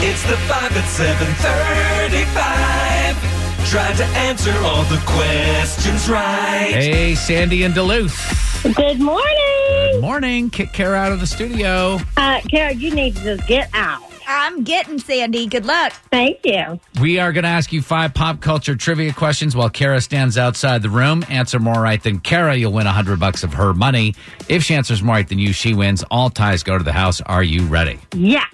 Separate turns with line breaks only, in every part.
It's the 5 at 735. Try to answer all the questions right.
Hey, Sandy in Duluth.
Good
Good
morning.
morning. Kick Kara out of the studio.
Uh, Kara, you need to just get out.
I'm getting Sandy. Good luck.
Thank you.
We are going to ask you five pop culture trivia questions while Kara stands outside the room. Answer more right than Kara, you'll win 100 bucks of her money. If she answers more right than you, she wins. All ties go to the house. Are you ready?
Yeah.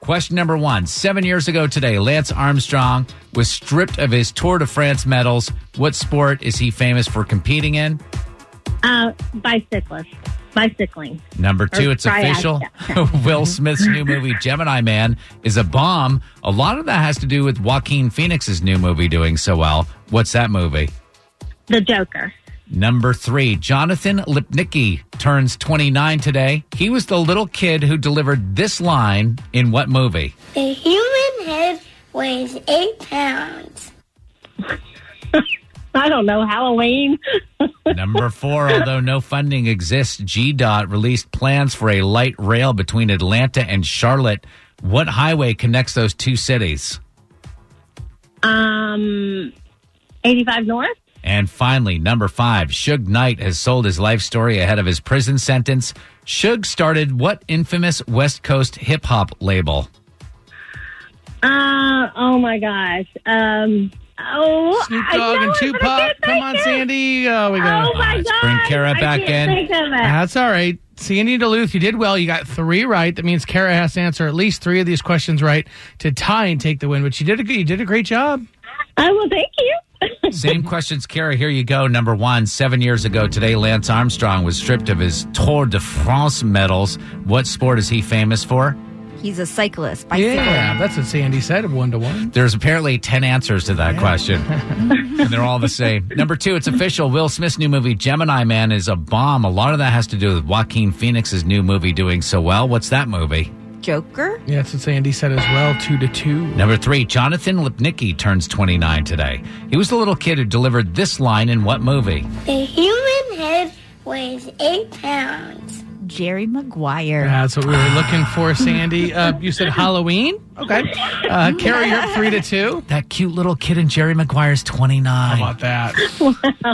Question number one. Seven years ago today, Lance Armstrong was stripped of his Tour de France medals. What sport is he famous for competing in?
Uh, bicyclist. Bicycling.
Number two,
Or
it's
triad,
official.
yeah.
Will Smith's new movie, Gemini Man, is a bomb. A lot of that has to do with Joaquin Phoenix's new movie doing so well. What's that movie?
The Joker.
Number three, Jonathan Lipnicki turns 29 today. He was the little kid who delivered this line in what movie?
The human head weighs eight pounds.
I don't know. Halloween.
Number four, although no funding exists, GDOT released plans for a light rail between Atlanta and Charlotte. What highway connects those two cities?
Um, 85 North.
And finally, number five, Suge Knight has sold his life story ahead of his prison sentence. Suge started what infamous West Coast hip hop label?
Uh, oh my gosh. Um, oh, I know it, but I can't think it.
Sandy. Oh, we
Oh
it.
my
Let's
gosh.
bring Kara back
I can't
in. Uh-huh.
Think of it.
That's all right. Sandy Duluth, you did well. You got three right. That means Kara has to answer at least three of these questions right to tie and take the win. But you did a good, you did a great job.
I will thank you.
Same questions, Kara. Here you go. Number one, seven years ago today, Lance Armstrong was stripped of his Tour de France medals. What sport is he famous for?
He's a cyclist. Bicycling.
Yeah, that's what Sandy said. One to one.
There's apparently 10 answers to that question, and they're all the same. Number two, it's official. Will Smith's new movie, Gemini Man, is a bomb. A lot of that has to do with Joaquin Phoenix's new movie doing so well. What's that movie?
Joker.
Yeah, that's what Sandy said as well. Two to two.
Number three, Jonathan Lipnicki turns 29 today. He was the little kid who delivered this line in what movie?
The human head weighs eight pounds.
Jerry Maguire.
That's what we were looking for, Sandy. Uh, you said Halloween. Okay. Uh, Kara, you're up three to two.
That cute little kid in Jerry Maguire's 29.
How about that?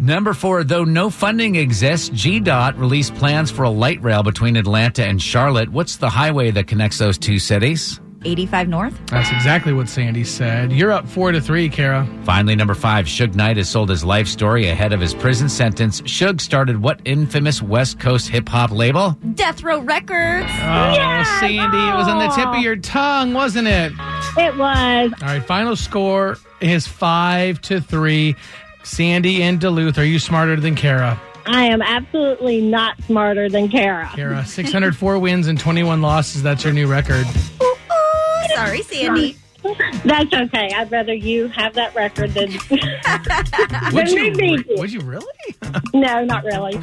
Number four, though no funding exists, GDOT released plans for a light rail between Atlanta and Charlotte. What's the highway that connects those two cities?
85 North.
That's exactly what Sandy said. You're up four to three, Kara.
Finally, number five, Suge Knight has sold his life story ahead of his prison sentence. Suge started what infamous West Coast hip hop label?
Death Row Records.
Oh, Sandy, it was on the tip of your tongue, wasn't it?
it was.
All right, final score is five to three. Sandy and Duluth, are you smarter than Kara?
I am absolutely not smarter than Kara.
Kara, 604 wins and 21 losses. That's her new record.
Ooh, sorry, Sandy.
That's okay. I'd rather you have that record than
Would
me beat you.
Would you really?
no, not really.